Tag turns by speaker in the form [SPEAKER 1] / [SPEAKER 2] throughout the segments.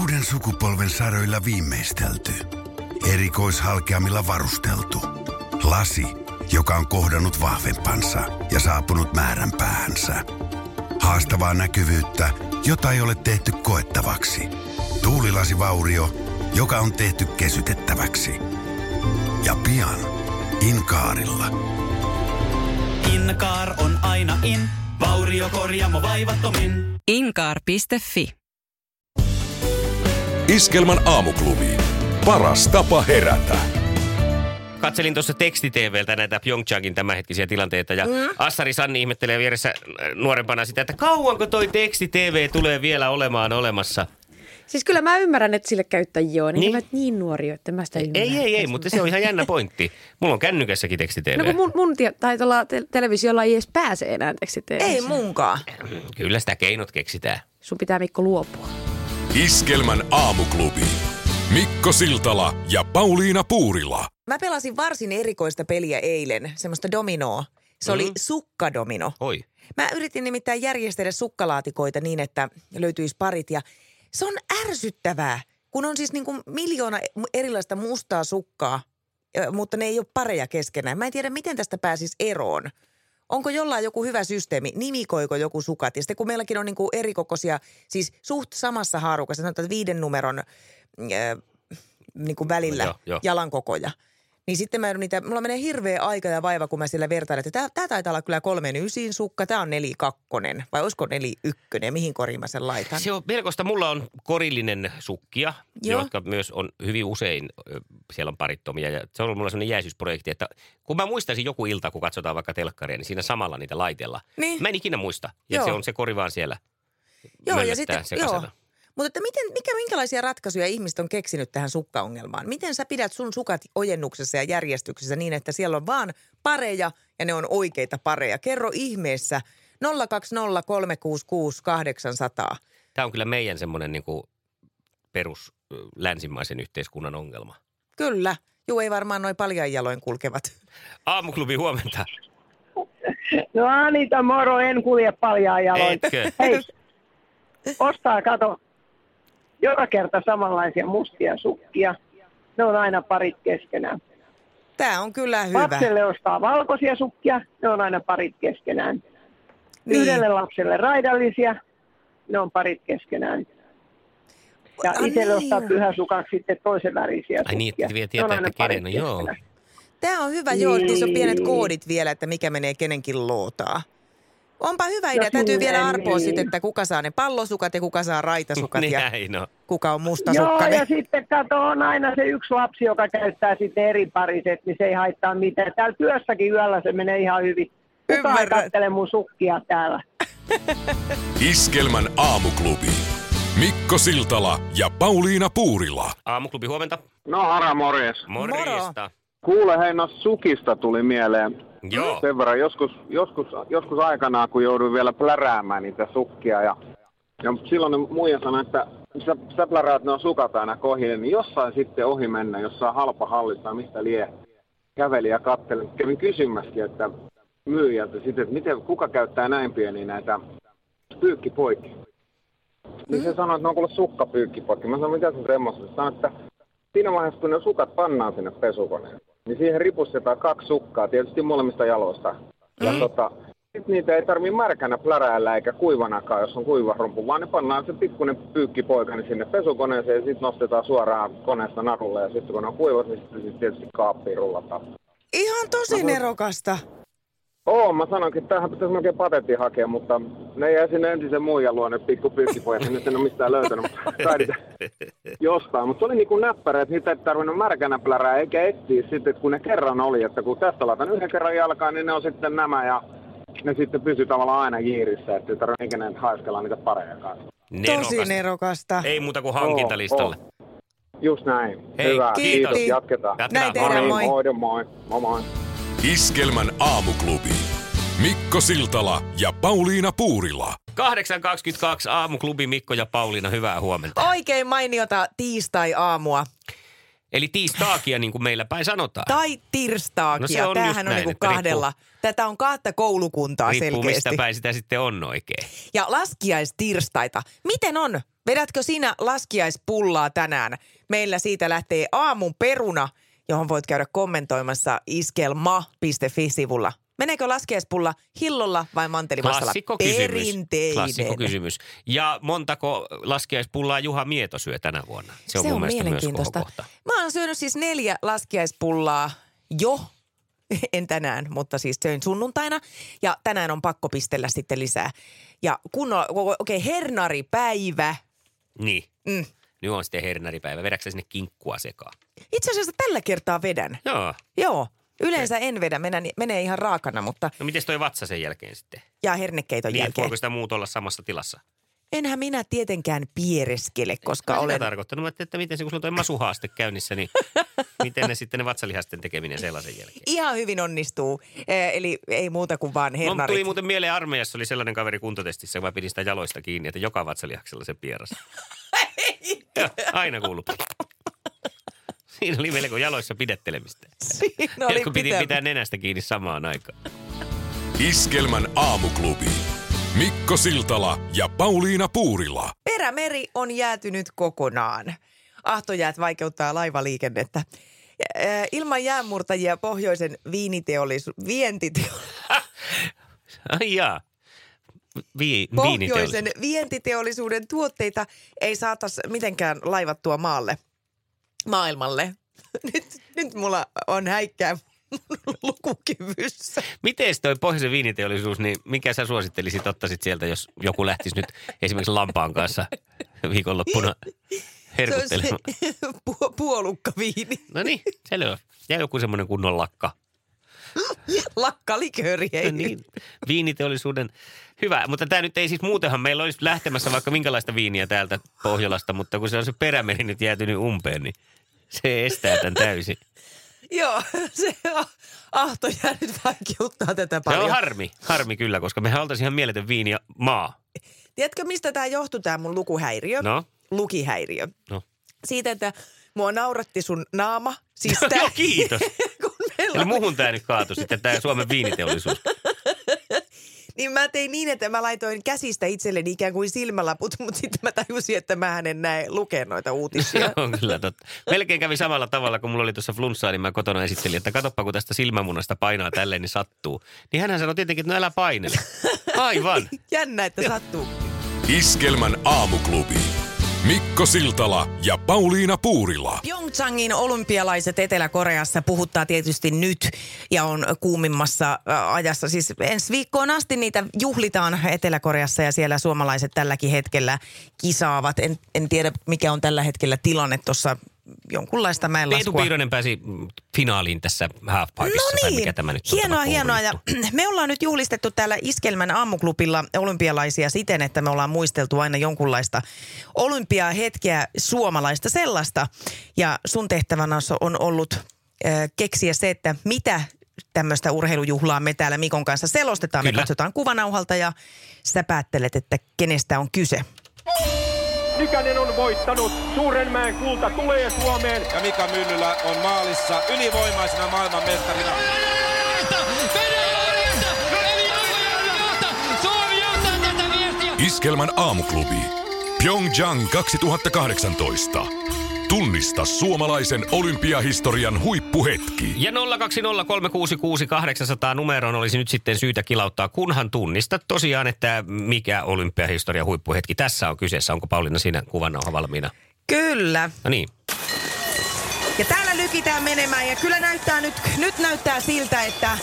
[SPEAKER 1] Uuden sukupolven saroilla viimeistelty. Erikoishalkeamilla varusteltu. Lasi, joka on kohdannut vahvempansa ja saapunut määränpäähänsä. Haastavaa näkyvyyttä, jota ei ole tehty koettavaksi. Tuulilasivaurio, joka on tehty kesytettäväksi. Ja pian Inkaarilla.
[SPEAKER 2] Inkaar on aina in. Vauriokorjaamo vaivattomin.
[SPEAKER 3] Inkaar.fi.
[SPEAKER 4] Iskelmän aamuklubi. Paras tapa herätä.
[SPEAKER 5] Katselin tuossa tekstiteeveltä näitä Pyeongchangin tämänhetkisiä tilanteita ja Assari Sanni ihmettelee vieressä äh, nuorempana sitä, että kauanko toi tekstitv tulee vielä olemaan olemassa.
[SPEAKER 6] Siis kyllä mä ymmärrän, että sille käyttäjiä on.
[SPEAKER 5] Niin.
[SPEAKER 6] Niin. Mä niin nuori, että mä sitä ymmärrä.
[SPEAKER 5] Ei, ei, ei, mutta se on ihan jännä pointti. Mulla on kännykässäkin tekstitv.
[SPEAKER 6] No kun mun, mun tie- tai tuolla te- televisiolla ei edes pääse enää teksti
[SPEAKER 7] Ei munkaan.
[SPEAKER 5] Kyllä sitä keinot keksitään.
[SPEAKER 6] Sun pitää Mikko luopua.
[SPEAKER 4] Iskelmän aamuklubi. Mikko Siltala ja Pauliina Puurila.
[SPEAKER 7] Mä pelasin varsin erikoista peliä eilen, semmoista dominoa. Se oli sukkadomino.
[SPEAKER 5] Oi.
[SPEAKER 7] Mä yritin nimittäin järjestellä sukkalaatikoita niin, että löytyisi parit ja se on ärsyttävää, kun on siis niin kuin miljoona erilaista mustaa sukkaa, ö, mutta ne ei ole pareja keskenään. Mä en tiedä, miten tästä pääsisi eroon. Onko jollain joku hyvä systeemi, nimikoiko joku sukat? Ja sitten kun meilläkin on niin kuin erikokoisia, siis suht samassa haarukassa, sanotaan että viiden numeron äh, niin kuin välillä
[SPEAKER 5] Joo, joo.
[SPEAKER 7] jalankokoja. Niin sitten mä joudun niitä, mulla menee hirveä aika ja vaiva, kun mä sillä vertailen, että tämä taitaa olla kyllä kolmen ysin sukka, tämä on nelikakkonen, vai olisiko neliykkönen, mihin koriin mä sen laitan?
[SPEAKER 5] Se on melkoista. Mulla on korillinen sukkia,
[SPEAKER 7] Joo.
[SPEAKER 5] jotka myös on hyvin usein, ö, siellä on parittomia. Ja se on ollut mulla sellainen jäisyysprojekti, että kun mä muistaisin joku ilta, kun katsotaan vaikka telkkaria, niin siinä samalla niitä laitella.
[SPEAKER 7] Niin.
[SPEAKER 5] Mä en ikinä muista. Ja
[SPEAKER 7] Joo.
[SPEAKER 5] se on se kori vaan siellä.
[SPEAKER 7] Joo, ja
[SPEAKER 5] möllättää
[SPEAKER 7] sitten, joo.
[SPEAKER 5] sekaisena.
[SPEAKER 7] Mutta että miten, mikä, minkälaisia ratkaisuja ihmiset on keksinyt tähän sukkaongelmaan? Miten sä pidät sun sukat ojennuksessa ja järjestyksessä niin, että siellä on vaan pareja ja ne on oikeita pareja? Kerro ihmeessä 020366800.
[SPEAKER 5] Tämä on kyllä meidän semmoinen niin kuin perus ö, länsimaisen yhteiskunnan ongelma.
[SPEAKER 7] Kyllä. Juu, ei varmaan noin paljon jaloin kulkevat.
[SPEAKER 5] Aamuklubi huomenta.
[SPEAKER 8] No Anita, moro, en kulje paljaa jaloin.
[SPEAKER 5] Etkö?
[SPEAKER 8] Hei, ostaa, kato, joka kerta samanlaisia mustia sukkia. Ne on aina parit keskenään.
[SPEAKER 7] Tämä on kyllä hyvä.
[SPEAKER 8] Lapselle ostaa valkoisia sukkia, ne on aina parit keskenään.
[SPEAKER 7] Niin.
[SPEAKER 8] Yhdelle lapselle raidallisia, ne on parit keskenään. Ja
[SPEAKER 7] Ah,
[SPEAKER 8] itselle
[SPEAKER 7] niin.
[SPEAKER 8] ostaa pyhäsukaksi sitten toisen värisiä
[SPEAKER 5] Ai niin,
[SPEAKER 8] sukkia.
[SPEAKER 5] että vielä
[SPEAKER 8] Ne on
[SPEAKER 5] tietää,
[SPEAKER 8] aina
[SPEAKER 5] että
[SPEAKER 8] parit
[SPEAKER 5] kenen. No joo.
[SPEAKER 8] keskenään.
[SPEAKER 7] Tämä on hyvä, joo, niissä on pienet
[SPEAKER 8] Niin.
[SPEAKER 7] koodit vielä, että mikä menee kenenkin lootaa. Onpa hyvä idea.
[SPEAKER 8] No
[SPEAKER 7] Täytyy
[SPEAKER 8] kyllä,
[SPEAKER 7] vielä arpoa
[SPEAKER 8] niin.
[SPEAKER 7] sitten, että kuka saa ne pallosukat ja kuka saa raitasukat
[SPEAKER 5] Niin,
[SPEAKER 7] ja
[SPEAKER 5] näin on.
[SPEAKER 7] kuka on
[SPEAKER 8] Joo,
[SPEAKER 7] mustasukkainen.
[SPEAKER 8] ja sitten kato, on aina se yksi lapsi, joka käyttää sitten eri pariset, niin se ei haittaa mitään. Täällä työssäkin yöllä se menee ihan hyvin. Kukaan ei
[SPEAKER 7] Ymmärrän.
[SPEAKER 8] kattele mun sukkia täällä.
[SPEAKER 4] Iskelmän aamuklubi. Mikko Siltala ja Pauliina Puurila.
[SPEAKER 5] Aamuklubi huomenta.
[SPEAKER 9] No hara morjes.
[SPEAKER 5] Morjesta.
[SPEAKER 9] Kuule hei, no sukista tuli mieleen.
[SPEAKER 5] Joo.
[SPEAKER 9] Mm. Sen verran joskus, joskus, joskus aikanaan, kun jouduin vielä pläräämään niitä sukkia ja, ja silloin ne muija sanoi, että sä, sä pläräät ne on sukat aina kohille, niin jossain sitten ohi mennä, jossain halpa hallissa, mistä lie käveli ja katteli. Kävin kysymässäkin, että myyjältä sitten, että miten, kuka käyttää näin pieniä näitä pyykkipoikia. Niin se sanoi, että ne on kuule sukkapyykkipoikki. Mä sanoin, mitä sä semmoista? Se Sanoi, että siinä vaiheessa, kun ne sukat pannaan sinne pesukoneen, niin siihen ripustetaan kaksi sukkaa, tietysti molemmista jaloista. Ja tota, sit niitä ei tarvi märkänä pläräillä eikä kuivanakaan, jos on kuiva rumpu, vaan ne pannaan se pikkuinen pyykkipoikani sinne pesukoneeseen ja sitten nostetaan suoraan koneesta narulle ja sitten kun ne on kuivat, niin sitten sit tietysti kaappiin rullataan.
[SPEAKER 7] Ihan tosi nerokasta.
[SPEAKER 9] Oo, mä sanoinkin, että tähän pitäisi melkein patentti hakea, mutta ne jäi sinne entisen muijan luonne pikku pyykkipojat, nyt en ole mistään löytänyt, mutta sai niitä jostain. Mutta se oli niinku näppärä, että niitä ei tarvinnut märkänä plärää eikä etsiä sitten, että kun ne kerran oli, että kun tästä laitan yhden kerran jalkaan, niin ne on sitten nämä ja ne sitten pysyy tavallaan aina jiirissä, että ei tarvitse ikinä haiskella niitä pareja kanssa.
[SPEAKER 7] Mm. Tosi nerokasta. Oh,
[SPEAKER 5] Ei muuta kuin hankintalistalle.
[SPEAKER 9] Oo, oo. Just näin.
[SPEAKER 5] Hei,
[SPEAKER 9] Hyvä,
[SPEAKER 5] kiitos.
[SPEAKER 9] kiitos. Jatketaan.
[SPEAKER 5] Jatketaan.
[SPEAKER 7] Näin tehdään, moi.
[SPEAKER 9] Moi, moi. Moi, moi.
[SPEAKER 4] Iskelmän aamuklubi. Mikko Siltala ja Pauliina Puurila.
[SPEAKER 5] 8.22 aamuklubi Mikko ja Pauliina, hyvää huomenta.
[SPEAKER 7] Oikein mainiota tiistai-aamua.
[SPEAKER 5] Eli tiistaakia, niin kuin meillä päin sanotaan.
[SPEAKER 7] Tai tirstaakia.
[SPEAKER 5] No se on
[SPEAKER 7] Tämähän
[SPEAKER 5] just
[SPEAKER 7] on
[SPEAKER 5] näin,
[SPEAKER 7] niinku
[SPEAKER 5] että riippuu-
[SPEAKER 7] kahdella. Tätä on kahta koulukuntaa
[SPEAKER 5] Riippuu mistä
[SPEAKER 7] selkeästi.
[SPEAKER 5] päin sitä sitten on oikein.
[SPEAKER 7] Ja laskiaistirstaita. Miten on Vedätkö sinä laskiaispullaa tänään? Meillä siitä lähtee aamun peruna, johon voit käydä kommentoimassa iskelma.fi-sivulla. Meneekö laskiaispulla hillolla vai mantelimassalla?
[SPEAKER 5] Klassikko kysymys.
[SPEAKER 7] Perinteinen.
[SPEAKER 5] Klassikko kysymys. Ja montako laskiaispullaa Juha Mieto syö tänä vuonna? Se on, mun mielestä myös kohokohta.
[SPEAKER 7] Mä oon syönyt siis neljä laskiaispullaa jo, en tänään, mutta siis söin sunnuntaina. Ja tänään on pakko pistellä sitten lisää. Ja kun on, okei, okay, hernaripäivä.
[SPEAKER 5] Niin.
[SPEAKER 7] Mm.
[SPEAKER 5] Nyt on sitten hernäripäivä. Vedätkö sä sinne kinkkua sekaan?
[SPEAKER 7] Itse asiassa tällä kertaa vedän.
[SPEAKER 5] Joo.
[SPEAKER 7] Joo. Yleensä en vedä, menen, menee ihan raakana, mutta
[SPEAKER 5] No miten toi vatsa sen jälkeen sitten?
[SPEAKER 7] ja hernekeiton
[SPEAKER 5] Niin,
[SPEAKER 7] jälkeen.
[SPEAKER 5] voiko sitä muut olla samassa tilassa?
[SPEAKER 7] Enhän minä tietenkään piereskele, koska
[SPEAKER 5] Mä
[SPEAKER 7] olen...
[SPEAKER 5] Sitä tarkoittanut, Mä ajattelin, että miten se, kun sulla on toi masuhaaste käynnissä, niin miten ne sitten ne vatsalihästen tekeminen sellaisen jälkeen?
[SPEAKER 7] Ihan hyvin onnistuu. Eh, Eli ei muuta kuin vaan
[SPEAKER 5] Mulla
[SPEAKER 7] hernarit.
[SPEAKER 5] No, tuli muuten mieleen armeijassa, oli sellainen kaveri kuntotestissä, kun mä pidin sitä jaloista kiinni, että joka vatsalihaksella se pieras. Joo, aina kuuluu. Siinä oli melko jaloissa pidettelemistä.
[SPEAKER 7] Siinä
[SPEAKER 5] Oli
[SPEAKER 7] No oli
[SPEAKER 5] kun piti
[SPEAKER 7] pitempi.
[SPEAKER 5] pitää nenästä kiinni samaan aikaan.
[SPEAKER 4] Iskelmän aamuklubi. Mikko Siltala ja Pauliina Puurila.
[SPEAKER 7] Perämeri on jäätynyt kokonaan. Ahtojäät vaikeuttaa laivaliikennettä. Ja, äh, Ilman jäänmurtajia pohjoisen viiniteollisu- vientiteollisuus,
[SPEAKER 5] Ai jaa. Vi- viiniteollisuus.
[SPEAKER 7] pohjoisen vientiteollisuuden tuotteita ei saatas mitenkään laivattua maalle, maailmalle. Nyt, nyt mulla on häikkää mun lukukyvyssä.
[SPEAKER 5] Miten toi pohjoisen viiniteollisuus, niin mikä sä suosittelisit ottaisit sieltä, jos joku lähtisi nyt esimerkiksi lampaan kanssa viikonloppuna
[SPEAKER 7] Se on se
[SPEAKER 5] herkuttelemaan?
[SPEAKER 7] pu- puolukkaviini.
[SPEAKER 5] No niin, selvä. Ja joku semmoinen kunnon lakka.
[SPEAKER 7] Lakkalikööri ei
[SPEAKER 5] No niin, viiniteollisuuden. Hyvä, mutta tämä nyt ei siis muutenhan meillä olisi lähtemässä vaikka minkälaista viiniä täältä Pohjolasta, mutta kun se on se perämeri nyt jäätynyt umpeen, niin se estää tämän täysin.
[SPEAKER 7] Joo, se on- ahto jää nyt vaikeuttaa tätä
[SPEAKER 5] Se
[SPEAKER 7] paljon.
[SPEAKER 5] on harmi, harmi kyllä, koska mehän oltaisiin ihan mieletön viini ja maa.
[SPEAKER 7] Tiedätkö, mistä tämä johtui, tämä mun lukuhäiriö?
[SPEAKER 5] No?
[SPEAKER 7] Lukihäiriö.
[SPEAKER 5] No.
[SPEAKER 7] Siitä, että mua nauratti sun naama. Siis
[SPEAKER 5] Joo,
[SPEAKER 7] tää-
[SPEAKER 5] kiitos.
[SPEAKER 7] kun meillä
[SPEAKER 5] Eli
[SPEAKER 7] oli,
[SPEAKER 5] muuhun tämä nyt kaatui sitten, tämä Suomen viiniteollisuus.
[SPEAKER 7] Niin mä tein niin, että mä laitoin käsistä itselleni ikään kuin silmälaput, mutta sitten mä tajusin, että mä en näe lukea noita uutisia.
[SPEAKER 5] Se on kyllä totta. Melkein kävi samalla tavalla, kun mulla oli tuossa flunssaa, niin mä kotona esittelin, että katoppa kun tästä silmämunasta painaa tälleen, niin sattuu. Niin hänhän sanoi tietenkin, että no älä painele. Aivan.
[SPEAKER 7] Jännä, että sattuu.
[SPEAKER 4] Iskelmän aamuklubi. Mikko Siltala ja Pauliina Puurila.
[SPEAKER 7] Pyeongchangin olympialaiset Etelä-Koreassa puhuttaa tietysti nyt ja on kuumimmassa ä, ajassa. Siis ensi viikkoon asti niitä juhlitaan Etelä-Koreassa ja siellä suomalaiset tälläkin hetkellä kisaavat. En, en tiedä, mikä on tällä hetkellä tilanne tuossa jonkunlaista
[SPEAKER 5] Eetu
[SPEAKER 7] mäenlaskua.
[SPEAKER 5] Piironen pääsi mm, finaaliin tässä halfpipeissa,
[SPEAKER 7] No
[SPEAKER 5] tai
[SPEAKER 7] niin,
[SPEAKER 5] mikä tämä nyt on
[SPEAKER 7] hienoa,
[SPEAKER 5] tämä
[SPEAKER 7] hienoa. Ja
[SPEAKER 5] koulujuttu.
[SPEAKER 7] me ollaan nyt juhlistettu täällä Iskelmän aamuklubilla olympialaisia siten, että me ollaan muisteltu aina jonkunlaista olympiahetkeä, suomalaista sellaista. Ja sun tehtävänä on ollut äh, keksiä se, että mitä tämmöistä urheilujuhlaa me täällä Mikon kanssa selostetaan. Kyllä.
[SPEAKER 5] Kyllä.
[SPEAKER 7] Me katsotaan kuvanauhalta ja sä päättelet, että kenestä on kyse.
[SPEAKER 10] Nykänen on voittanut. Suurenmäen kulta tulee Suomeen.
[SPEAKER 11] ja Mika Myllylä on maalissa ylivoimaisena maailmanmestarina.
[SPEAKER 4] No niin, Iskelmän aamuklubi. Pyeongchang 2018. Tunnista suomalaisen olympiahistorian huippuhetki.
[SPEAKER 5] Ja 020366800 numeroon olisi nyt sitten syytä kilauttaa, kunhan tunnistat tosiaan, että mikä olympiahistorian huippuhetki tässä on kyseessä. Onko Pauliina siinä kuvannauha valmiina?
[SPEAKER 7] Kyllä.
[SPEAKER 5] No niin,
[SPEAKER 7] Ja täällä lykitään menemään ja kyllä näyttää nyt, nyt näyttää siltä, että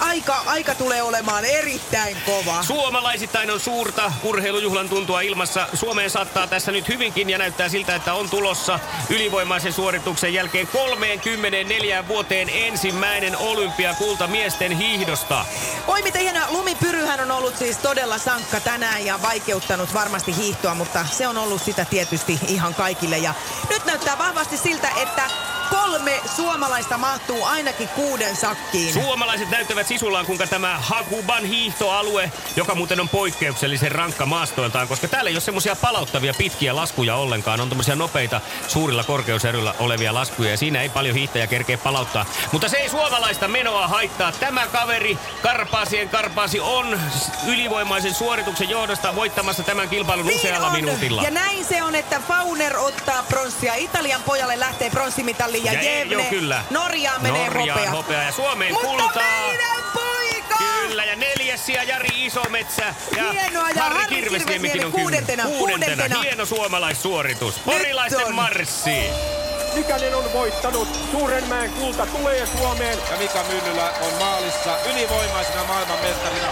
[SPEAKER 7] aika, aika tulee olemaan erittäin kova.
[SPEAKER 5] Suomalaisittain on suurta urheilujuhlan tuntua ilmassa. Suomeen saattaa tässä nyt hyvinkin ja näyttää siltä, että on tulossa ylivoimaisen suorituksen jälkeen 34 vuoteen ensimmäinen olympiakulta miesten hiihdosta.
[SPEAKER 7] Oi miten hienoa, lumipyryhän on ollut siis todella sankka tänään ja vaikeuttanut varmasti hiihtoa, mutta se on ollut sitä tietysti ihan kaikille. Ja nyt näyttää vahvasti siltä, että
[SPEAKER 12] Kolme suomalaista mahtuu ainakin kuuden sakkiin.
[SPEAKER 7] Niin.
[SPEAKER 5] Suomalaiset näyttävät sisullaan, kuinka tämä Hakuban hiihtoalue, joka muuten on poikkeuksellisen rankka maastoiltaan, koska täällä ei ole semmoisia palauttavia pitkiä laskuja ollenkaan. On tämmöisiä nopeita suurilla korkeuseryillä olevia laskuja ja siinä ei paljon hiihtäjä kerkeä palauttaa. Mutta se ei suomalaista menoa haittaa. Tämä kaveri Karpaasien Karpaasi on ylivoimaisen suorituksen johdosta voittamassa tämän kilpailun
[SPEAKER 7] Niin
[SPEAKER 5] usealla
[SPEAKER 7] on.
[SPEAKER 5] minuutilla.
[SPEAKER 7] Ja näin se on, että Fauner ottaa pronssia. Italian pojalle lähtee pronssimitalli ja,
[SPEAKER 5] Ja ei,
[SPEAKER 7] Jevne.
[SPEAKER 5] joo, kyllä.
[SPEAKER 7] Norjaan menee
[SPEAKER 5] Norjaan
[SPEAKER 7] hopea.
[SPEAKER 5] hopea ja Suomeen
[SPEAKER 7] Mutta
[SPEAKER 5] kultaa.
[SPEAKER 7] meidän poika!
[SPEAKER 5] Kyllä, ja neljäs sija Jari Isometsä ja,
[SPEAKER 7] Hienoa, ja Harri Kirvesniemi
[SPEAKER 5] on
[SPEAKER 7] kuudentena,
[SPEAKER 5] kymmen- kuudentena.
[SPEAKER 7] kuudentena.
[SPEAKER 5] Hieno suomalaissuoritus. Porilaisten
[SPEAKER 13] on.
[SPEAKER 5] marssi.
[SPEAKER 13] Mikänen on voittanut. Suurenmäen kulta tulee Suomeen.
[SPEAKER 14] Ja Mika Myllylä on maalissa ylivoimaisena maailmanmestarina.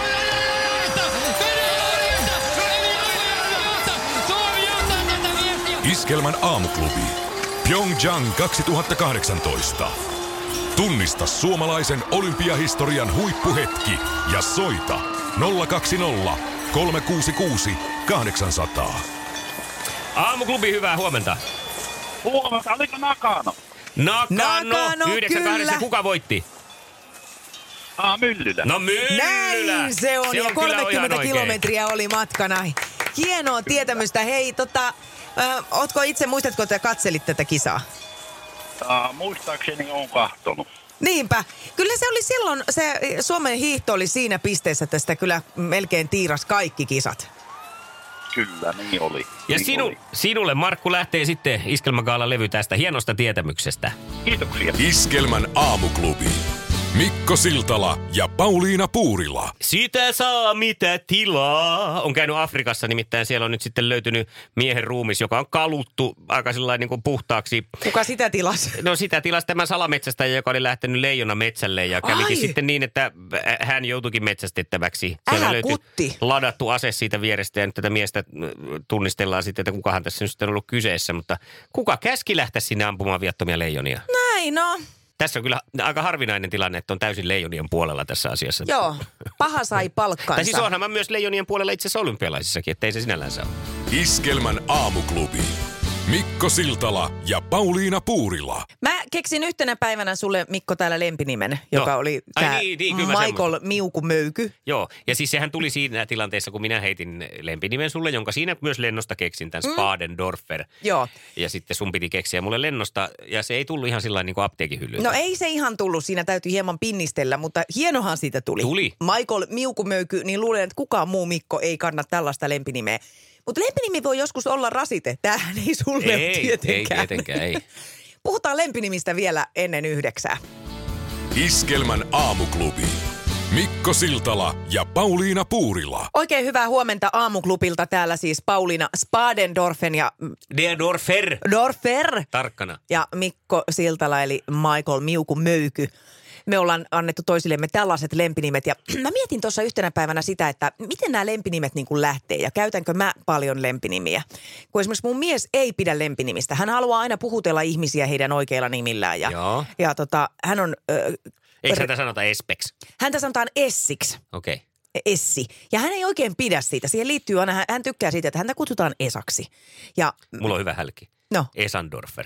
[SPEAKER 4] Iskelmän aamuklubi. Pyeongchang 2018. Tunnista suomalaisen olympiahistorian huippuhetki ja soita 020 366 800.
[SPEAKER 5] Aamuklubi, hyvää huomenta.
[SPEAKER 15] Huomenta, oliko Nakano?
[SPEAKER 5] Nakano,
[SPEAKER 15] Nakano,
[SPEAKER 5] 98,
[SPEAKER 15] kyllä.
[SPEAKER 5] kuka voitti?
[SPEAKER 15] Ah, Myllylä.
[SPEAKER 5] No Myllylä.
[SPEAKER 7] Näin se on.
[SPEAKER 5] Se
[SPEAKER 7] ja
[SPEAKER 5] on kyllä
[SPEAKER 7] 30
[SPEAKER 5] ihan oikein.
[SPEAKER 7] kilometriä oli matkana. Hienoa tietämystä. Hei, tota, ö, ootko itse, muistatko, että katselit tätä kisaa?
[SPEAKER 15] Ah, muistaakseni on kahtonut.
[SPEAKER 7] Niinpä. Kyllä se oli silloin, se Suomen hiihto oli siinä pisteessä, että sitä kyllä melkein tiiras kaikki kisat.
[SPEAKER 15] Kyllä, niin oli.
[SPEAKER 5] Ja
[SPEAKER 15] niin
[SPEAKER 5] sinu,
[SPEAKER 15] oli.
[SPEAKER 5] sinulle, Markku, lähtee sitten Iskelmägaala levy tästä hienosta tietämyksestä.
[SPEAKER 15] Kiitoksia.
[SPEAKER 4] Iskelmän aamuklubi. Mikko Siltala ja Pauliina Puurila.
[SPEAKER 5] Sitä saa mitä tilaa. On käynyt Afrikassa, nimittäin siellä on nyt sitten löytynyt miehen ruumis, joka on kaluttu aika sillä niin kuin puhtaaksi.
[SPEAKER 7] Kuka sitä tilasi?
[SPEAKER 5] No sitä tilasi tämä salametsästäjä, joka oli lähtenyt leijona metsälle ja kävikin
[SPEAKER 7] Ai.
[SPEAKER 5] sitten niin, että hän joutuikin metsästettäväksi. Siellä
[SPEAKER 7] Älä
[SPEAKER 5] löytyi
[SPEAKER 7] kutti.
[SPEAKER 5] ladattu ase siitä vierestä ja nyt tätä miestä mm, tunnistellaan sitten, että kukahan tässä nyt sitten on ollut kyseessä. Mutta kuka käski lähteä sinne ampumaan viattomia leijonia?
[SPEAKER 7] Näin no.
[SPEAKER 5] Tässä on kyllä aika harvinainen tilanne, että on täysin leijonien puolella tässä asiassa.
[SPEAKER 7] Joo. Paha sai palkkansa.
[SPEAKER 5] Tai siis onhan mä myös leijonien puolella itse asiassa olympialaisissakin, ettei se sinällään saa.
[SPEAKER 4] Iskelmän aamuklubi. Mikko Siltala ja Pauliina Puurila.
[SPEAKER 7] Mä keksin yhtenä päivänä sulle Mikko täällä lempinimen, joka oli
[SPEAKER 5] Ai
[SPEAKER 7] tää
[SPEAKER 5] niin, niin, kyllä mä
[SPEAKER 7] Michael Miukumöyky.
[SPEAKER 5] Joo, ja siis sehän tuli siinä tilanteessa, kun minä heitin lempinimen sulle, jonka siinä myös lennosta keksin, tämän
[SPEAKER 7] Mm.
[SPEAKER 5] Spadendorfer.
[SPEAKER 7] Joo.
[SPEAKER 5] Ja sitten sun piti keksiä mulle lennosta, ja se ei tullut ihan sillä niin kuin apteekin hyllyltä.
[SPEAKER 7] No ei se ihan tullut, siinä täytyy hieman pinnistellä, mutta hienohan siitä tuli.
[SPEAKER 5] Tuli.
[SPEAKER 7] Michael Miukumöyky, niin luulen, että kukaan muu Mikko ei kanna tällaista lempinimeä. Mutta lempinimi voi joskus olla rasite. Tämähän ei sulle ole
[SPEAKER 5] ei, ei
[SPEAKER 7] tietenkään.
[SPEAKER 5] tietenkään, ei.
[SPEAKER 7] Puhutaan lempinimistä vielä ennen yhdeksää.
[SPEAKER 4] Iskelmän aamuklubi. Mikko Siltala ja Pauliina Puurila.
[SPEAKER 7] Oikein hyvää huomenta aamuklubilta täällä siis Pauliina Spadendorfen ja mm,
[SPEAKER 5] Der Dorfer.
[SPEAKER 7] Dorfer
[SPEAKER 5] Tarkkana.
[SPEAKER 7] ja Mikko Siltala eli Michael Miuku Möyky. Me ollaan annettu toisillemme tällaiset lempinimet ja mä mietin tuossa yhtenä päivänä sitä, että miten nämä lempinimet niin kuin lähtee ja käytänkö mä paljon lempinimiä. Kun esimerkiksi mun mies ei pidä lempinimistä. Hän haluaa aina puhutella ihmisiä heidän oikeilla nimillään ja,
[SPEAKER 5] Joo.
[SPEAKER 7] ja tota, hän on, ö,
[SPEAKER 5] Eikö tätä sanota espeks?
[SPEAKER 7] häntä sanotaan Essiksi.
[SPEAKER 5] Okei. Okay.
[SPEAKER 7] Essi. Ja hän ei oikein pidä siitä. Siihen liittyy aina, hän- hän tykkää siitä, että häntä kutsutaan Esaksi. Ja
[SPEAKER 5] Mulla on hyvä hälki.
[SPEAKER 7] No.
[SPEAKER 5] Esandorfer.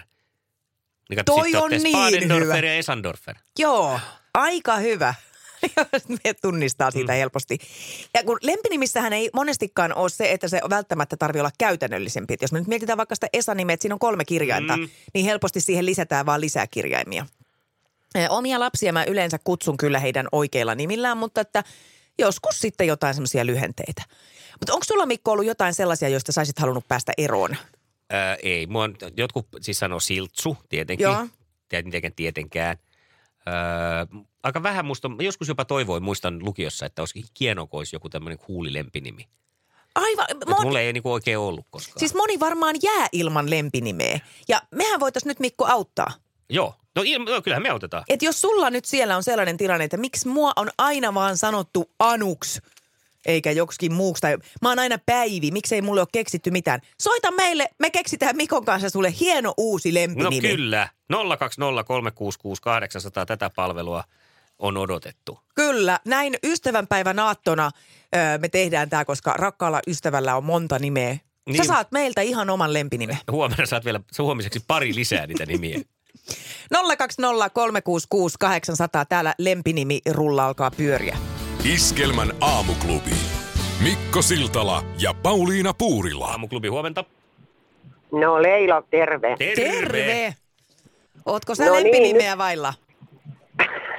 [SPEAKER 5] Niin katso,
[SPEAKER 7] Toi
[SPEAKER 5] sitten
[SPEAKER 7] on
[SPEAKER 5] olette
[SPEAKER 7] niin
[SPEAKER 5] Spadendorfer
[SPEAKER 7] hyvä.
[SPEAKER 5] ja Esandorfer.
[SPEAKER 7] Joo, aika hyvä. Me tunnistaa siitä helposti. Ja kun lempinimissähän ei monestikaan ole se, että se välttämättä tarvitse olla käytännöllisempi. Et jos me nyt mietitään vaikka sitä Esa-nimeä, että siinä on kolme kirjainta,
[SPEAKER 5] Mm.
[SPEAKER 7] niin helposti siihen lisätään vaan lisää kirjaimia. Eh, Omia lapsia mä yleensä kutsun kyllä heidän oikeilla nimillään, mutta että joskus sitten jotain semmoisia lyhenteitä. Mutta onko sulla Mikko ollut jotain sellaisia, joista saisit halunnut päästä eroon?
[SPEAKER 5] Öö, ei, mua on, jotkut siis sanoo siltsu tietenkin.
[SPEAKER 7] Joo.
[SPEAKER 5] Tiet- Mitenkään tietenkään. Öö, aika vähän musta, joskus jopa toivoin, muistan lukiossa, että olisi hienoa, kun olisi joku tämmöinen kuuli lempinimi.
[SPEAKER 7] Aivan,
[SPEAKER 5] Mon... Mulla ei niinku oikein ollut koskaan.
[SPEAKER 7] siis moni varmaan jää ilman lempinimeä. Ja mehän voitaisiin nyt Mikko auttaa.
[SPEAKER 5] Joo, no, il, no kyllähän me autetaan.
[SPEAKER 7] Et jos sulla nyt siellä on sellainen tilanne, että miksi mua on aina vaan sanottu anuks, eikä joksikin muuksi, tai mä oon aina päivi, miksei mulle ole keksitty mitään. Soita meille, me keksitään Mikon kanssa sulle hieno uusi
[SPEAKER 5] No
[SPEAKER 7] lempinimi.
[SPEAKER 5] kyllä, 020366800 tätä palvelua on odotettu.
[SPEAKER 7] Kyllä, näin ystävänpäivän aattona öö, me tehdään tämä, koska rakkaalla ystävällä on monta nimeä. Niin.
[SPEAKER 5] Niin.
[SPEAKER 7] Sä saat meiltä ihan oman lempinimen.
[SPEAKER 5] Huomenna saat vielä huomiseksi pari lisää niitä nimiä.
[SPEAKER 7] 020 366 800. Täällä lempinimi rulla alkaa pyöriä.
[SPEAKER 4] Iskelmän aamuklubi. Mikko Siltala ja Pauliina Puurila.
[SPEAKER 5] Aamuklubi huomenta.
[SPEAKER 9] No Leila, terve.
[SPEAKER 7] Terve. Ootko sä
[SPEAKER 9] No
[SPEAKER 7] no
[SPEAKER 9] niin,
[SPEAKER 7] lempinimeä
[SPEAKER 9] nyt-
[SPEAKER 7] vailla?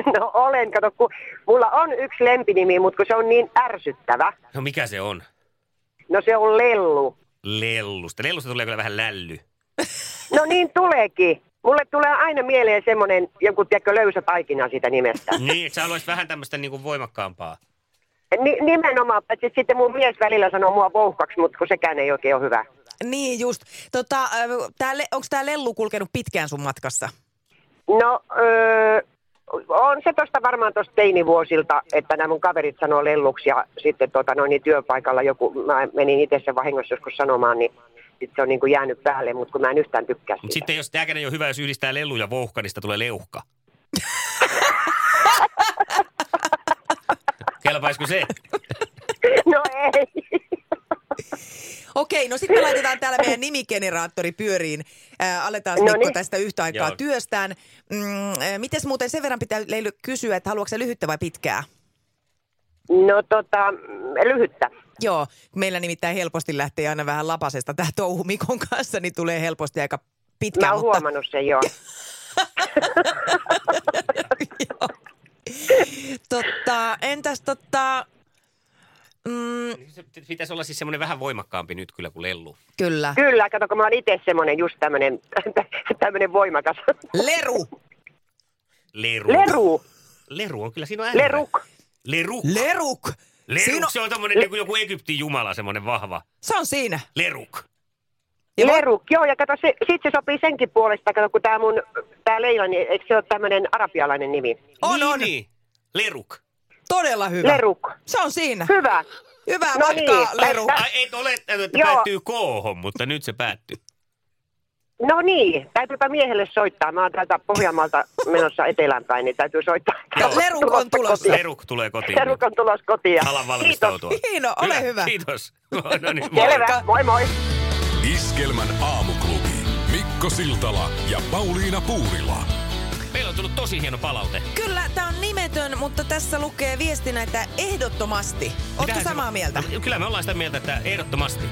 [SPEAKER 9] No olen, kato, kun mulla on yksi lempinimi, mutta kun se on niin ärsyttävä.
[SPEAKER 5] No mikä se on?
[SPEAKER 9] No se on Lellu.
[SPEAKER 5] Lellusta. Lellusta tulee kyllä vähän lälly.
[SPEAKER 9] No niin tuleekin. Mulle tulee aina mieleen semmoinen joku, tiedätkö, löysä taikina siitä nimestä.
[SPEAKER 5] niin, että sä haluaisit vähän tämmöistä niinku voimakkaampaa.
[SPEAKER 9] Ni- nimenomaan, paitsi sitten mun mies välillä sanoo mua vouhkaksi, mutta kun sekään ei oikein ole hyvä.
[SPEAKER 7] Niin just. Tota, onko tämä lellu kulkenut pitkään sun matkassa?
[SPEAKER 9] No, öö, on se tuosta varmaan tuosta teinivuosilta, että nämä mun kaverit sanoo lelluksi ja sitten tota, noin, niin työpaikalla joku, mä menin itse sen vahingossa joskus sanomaan, niin sitten se on niin kuin jäänyt päälle, mutta kun mä en yhtään tykkää
[SPEAKER 5] Mutta
[SPEAKER 9] siitä.
[SPEAKER 5] sitten jos tääkään ei ole hyvä, jos yhdistää lellu ja vouhka, niin sitä tulee leuhka. Kelpaisiko se?
[SPEAKER 9] No ei.
[SPEAKER 7] Okei, no sitten me laitetaan täällä meidän nimigeneraattori pyöriin. Äh, aletaan
[SPEAKER 9] No
[SPEAKER 7] Mikko
[SPEAKER 9] niin.
[SPEAKER 7] tästä yhtä aikaa
[SPEAKER 9] Joo.
[SPEAKER 7] Joo. työstään. Mm, äh, mites muuten sen verran pitää Leily kysyä, että haluatko sä lyhyttä vai pitkää?
[SPEAKER 9] No tota, lyhyttä.
[SPEAKER 7] Joo, meillä nimittäin helposti lähtee aina vähän lapasesta tämä touhu Mikon kanssa, niin tulee helposti aika pitkä.
[SPEAKER 9] Mä oon
[SPEAKER 7] mutta...
[SPEAKER 9] huomannut sen, joo.
[SPEAKER 7] Totta, entäs tota... Mm,
[SPEAKER 5] Se pitäisi olla siis semmoinen vähän voimakkaampi nyt kyllä kuin lellu.
[SPEAKER 7] Kyllä.
[SPEAKER 9] Kyllä, kato, kun mä oon itse semmoinen just tämmönen, tämmönen voimakas.
[SPEAKER 7] Leru.
[SPEAKER 5] Leru.
[SPEAKER 9] Leru.
[SPEAKER 5] Leru on kyllä, siinä on ääni.
[SPEAKER 9] Leruk.
[SPEAKER 5] Leruk.
[SPEAKER 7] Leruk.
[SPEAKER 5] Leruk,
[SPEAKER 7] Siinä on-
[SPEAKER 5] se on tommonen niinku joku Egyptin jumala, semmoinen vahva.
[SPEAKER 7] se on siinä.
[SPEAKER 5] Leruk.
[SPEAKER 9] Ja Leruk, joo, ja kato, se, sit se sopii senkin puolesta, kato, kun tää mun, tää Leila, niin eikö se ole tämmönen arabialainen nimi?
[SPEAKER 7] On,
[SPEAKER 5] niin, on. Niin. Leruk.
[SPEAKER 7] Todella hyvä.
[SPEAKER 9] Leruk.
[SPEAKER 7] Se on siinä.
[SPEAKER 9] Hyvä.
[SPEAKER 7] Hyvää
[SPEAKER 9] No
[SPEAKER 7] matkaa,
[SPEAKER 9] niin.
[SPEAKER 7] Leru.
[SPEAKER 5] Ai, ei ole, että
[SPEAKER 9] Joo.
[SPEAKER 5] päättyy koohon, mutta nyt se päättyy.
[SPEAKER 9] No niin, täytyypä miehelle soittaa. Mä oon täältä Pohjanmaalta menossa etelään päin, niin täytyy soittaa.
[SPEAKER 5] Joo.
[SPEAKER 7] Leruk on tulossa.
[SPEAKER 5] Leruk tulee kotiin.
[SPEAKER 9] Leruk on tulossa kotiin.
[SPEAKER 5] Alan
[SPEAKER 9] Kiitos.
[SPEAKER 5] valmistautua.
[SPEAKER 7] Hiino, ole hyvä.
[SPEAKER 5] Kiitos. No niin,
[SPEAKER 9] Selvä.
[SPEAKER 5] moikka.
[SPEAKER 9] Moi moi.
[SPEAKER 4] Iskelmän aamuklubi. Mikko Siltala ja Pauliina Puurila.
[SPEAKER 5] Meillä on tullut tosi hieno palaute.
[SPEAKER 7] Kyllä, tämä on nimetön, mutta tässä lukee viestinä, että ehdottomasti. Ootko
[SPEAKER 5] Mitähän se-
[SPEAKER 7] samaa mieltä?
[SPEAKER 5] No, Kyllä me ollaan sitä mieltä, että ehdottomasti.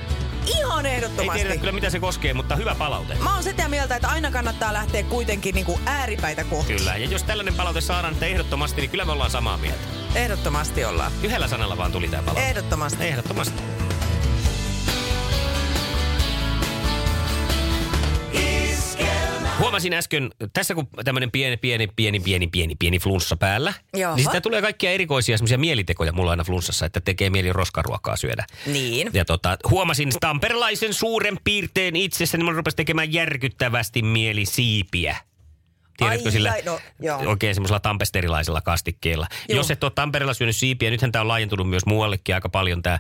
[SPEAKER 7] Ihan
[SPEAKER 5] Ei tiedetä
[SPEAKER 7] ehdottomasti.
[SPEAKER 5] kyllä mitä se koskee, mutta hyvä palaute.
[SPEAKER 7] Mä oon sitä mieltä, että aina kannattaa lähteä kuitenkin niin kuin ääripäitä kohti.
[SPEAKER 5] Kyllä, ja jos tällainen palaute saadaan, että ehdottomasti, niin kyllä me ollaan samaa mieltä.
[SPEAKER 7] Ehdottomasti ollaan.
[SPEAKER 5] Yhdellä sanalla vaan tuli tämä palaute.
[SPEAKER 7] Ehdottomasti.
[SPEAKER 5] Ehdottomasti. Huomasin äsken, tässä kun tämmöinen pieni, pieni, pieni, pieni, pieni, pieni flunssa päällä,
[SPEAKER 7] Jaha.
[SPEAKER 5] niin sitä tulee kaikkia erikoisia semmoisia mielitekoja mulla aina flunssassa, että tekee mieli roskaruokaa syödä.
[SPEAKER 7] Niin.
[SPEAKER 5] Ja tota, huomasin tamperelaisen suuren piirteen itsessä, niin mulla rupesi tekemään järkyttävästi mieli siipiä. Tiedätkö
[SPEAKER 7] Ai,
[SPEAKER 5] sillä
[SPEAKER 7] ai, no, joo.
[SPEAKER 5] oikein semmoisella tampesterilaisella kastikkeella.
[SPEAKER 7] Joo.
[SPEAKER 5] Jos et ole Tampereella syönyt siipiä, nythän tämä on laajentunut myös muuallekin aika paljon tämä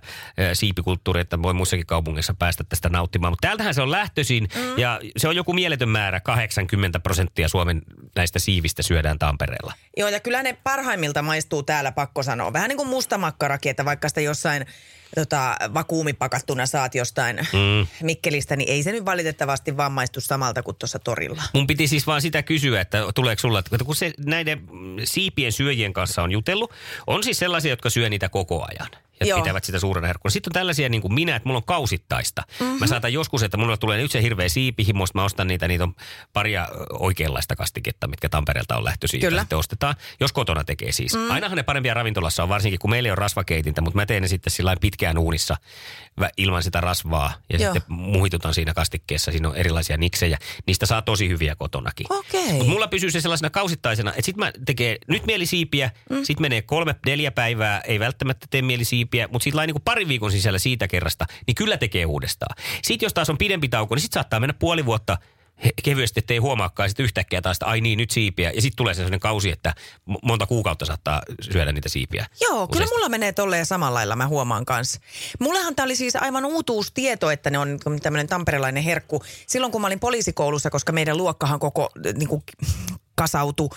[SPEAKER 5] siipikulttuuri, että voi muissakin kaupungeissa päästä tästä nauttimaan. Mutta täältähän se on lähtöisin mm. ja se on joku mieletön määrä, 80 prosenttia Suomen näistä siivistä syödään Tampereella.
[SPEAKER 7] Joo, ja kyllä ne parhaimmilta maistuu täällä, pakko sanoa. Vähän niin kuin mustamakkarakin, että vaikka sitä jossain tota, vakuumipakattuna saat jostain mm. Mikkelistä, niin ei se nyt valitettavasti vaan maistu samalta kuin tuossa torilla.
[SPEAKER 5] Mun piti siis vaan sitä kysyä, että tuleeko sulla, että kun se näiden mm, siipien syöjien kanssa on jutellut, on siis sellaisia, jotka syö niitä koko ajan ja
[SPEAKER 7] Joo.
[SPEAKER 5] Joo. pitävät sitä suurena herkkuna. Sitten on tällaisia niin kuin minä, että mulla on kausittaista. Mm-hmm.
[SPEAKER 7] Mhm.
[SPEAKER 5] Mä saatan joskus, että mulla tulee nyt se hirveä siipihimo, sit mä ostan niitä, niitä on paria ö, oikeanlaista kastiketta, mitkä Tampereelta on lähtöisin, joita
[SPEAKER 7] Kyllä.
[SPEAKER 5] sitten ostetaan, jos kotona tekee siis. Mm. Ainahan ne parempia ravintolassa on, varsinkin kun meillä on rasvakeitintä, mutta mä teen ne sitten sillä lailla pitkään uunissa vä- ilman sitä rasvaa ja
[SPEAKER 7] Joo.
[SPEAKER 5] Joo. sitten muhitutan siinä kastikkeessa, siinä on erilaisia niksejä. Niistä saa tosi hyviä kotonakin.
[SPEAKER 7] Okei.
[SPEAKER 5] Mut mulla pysyy se sellaisena kausittaisena, että sit mä tekee nyt mieli siipiä, mm. sit menee kolme, neljä päivää, ei välttämättä tee mieli siipiä, mutta sit lain niinku parin viikon sisällä siitä kerrasta, niin kyllä tekee uudestaan. Sit jos taas on pidempi tauko, niin sit saattaa mennä puoli vuotta he- kevyesti, ettei huomaakaan sit yhtäkkiä taas, että ai niin, nyt siipiä. Ja sitten tulee sellainen kausi, että mo- monta kuukautta saattaa syödä niitä siipiä.
[SPEAKER 7] Joo, kyllä
[SPEAKER 5] Useasti.
[SPEAKER 7] mulla menee tolleen samalla lailla, mä huomaan kanssa. Mullahan tämä oli siis aivan uutuustieto, että ne on tämmöinen tamperelainen herkku. Silloin kun mä olin poliisikoulussa, koska meidän luokkahan koko niin kuin, kasautui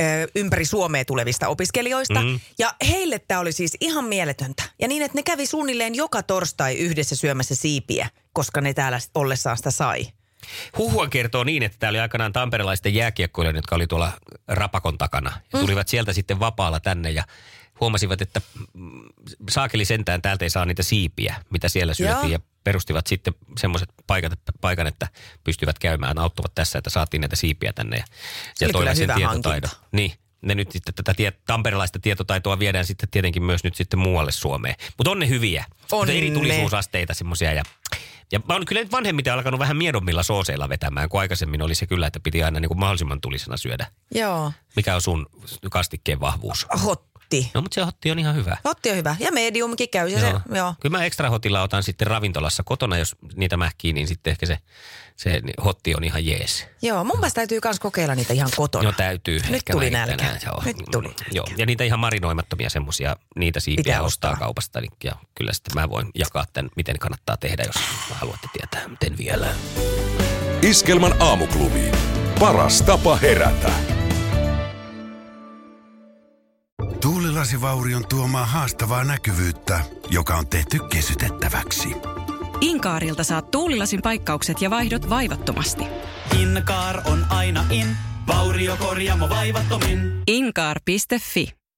[SPEAKER 7] ö, ympäri Suomea tulevista opiskelijoista.
[SPEAKER 5] Mm-hmm.
[SPEAKER 7] Mm. Ja heille tämä oli siis ihan mieletöntä. Ja niin, että ne kävi suunnilleen joka torstai yhdessä syömässä siipiä, koska ne täällä ollessaan sitä sai.
[SPEAKER 5] Huhua kertoo niin, että täällä oli aikanaan tamperelaisten jääkiekkoilijoita, jotka oli tuolla Rapakon takana.
[SPEAKER 12] Mm.
[SPEAKER 5] Ja tulivat sieltä sitten vapaalla tänne ja huomasivat, että mm, saakeli sentään täältä ei saa niitä siipiä, mitä siellä syötiin.
[SPEAKER 12] Joo.
[SPEAKER 5] Ja perustivat sitten semmoiset paikat, paikan, että pystyvät käymään, auttavat tässä, että saatiin näitä siipiä tänne ja,
[SPEAKER 12] Se
[SPEAKER 5] ja
[SPEAKER 12] oli
[SPEAKER 5] toivat
[SPEAKER 12] kyllä
[SPEAKER 5] sen
[SPEAKER 12] hyvä
[SPEAKER 5] tietotaidon. Niin, ne nyt sitten tätä tie, tamperelaista tietotaitoa viedään sitten tietenkin myös nyt sitten muualle Suomeen. Mutta on ne hyviä.
[SPEAKER 7] On
[SPEAKER 5] Mutta eri
[SPEAKER 7] ne.
[SPEAKER 5] tulisuusasteita semmoisia ja ja mä oon kyllä nyt vanhemmiten alkanut vähän miedommilla sooseilla vetämään, kun aikaisemmin oli se kyllä, että piti aina niin kuin mahdollisimman tulisena syödä.
[SPEAKER 7] Joo.
[SPEAKER 5] Mikä on sun kastikkeen vahvuus?
[SPEAKER 7] Ah. Hotti.
[SPEAKER 5] No, mutta se hotti on ihan hyvä.
[SPEAKER 7] Hotti on hyvä. Ja mediumkin käy. Se,
[SPEAKER 5] Joo.
[SPEAKER 7] se, joo.
[SPEAKER 5] Kyllä mä ekstra hotilla otan sitten ravintolassa kotona, jos niitä mähkii, niin sitten ehkä se, se hotti on ihan jees.
[SPEAKER 7] joo, mun mielestä täytyy myös kokeilla niitä ihan kotona.
[SPEAKER 5] No täytyy.
[SPEAKER 7] Nyt
[SPEAKER 5] ehkä
[SPEAKER 7] tuli
[SPEAKER 5] näin
[SPEAKER 7] nälkä.
[SPEAKER 5] tänään, joo. Mm,
[SPEAKER 7] Nyt tuli
[SPEAKER 5] Joo. Ja niitä ihan marinoimattomia semmoisia, niitä siipiä
[SPEAKER 7] Pitää
[SPEAKER 5] Pitää ostaa, kaupasta. Niin, ja kyllä sitten mä voin jakaa tämän, miten kannattaa tehdä, jos haluatte tietää, miten vielä.
[SPEAKER 4] Iskelmän aamuklubi. Paras tapa herätä.
[SPEAKER 1] Tuulilasivaurion tuomaa haastavaa näkyvyyttä, joka on tehty kesytettäväksi.
[SPEAKER 3] Inkaarilta saat tuulilasin paikkaukset ja vaihdot vaivattomasti.
[SPEAKER 2] Inkaar on aina in, vauriokorjaamo vaivattomin.
[SPEAKER 3] Inkaar.fi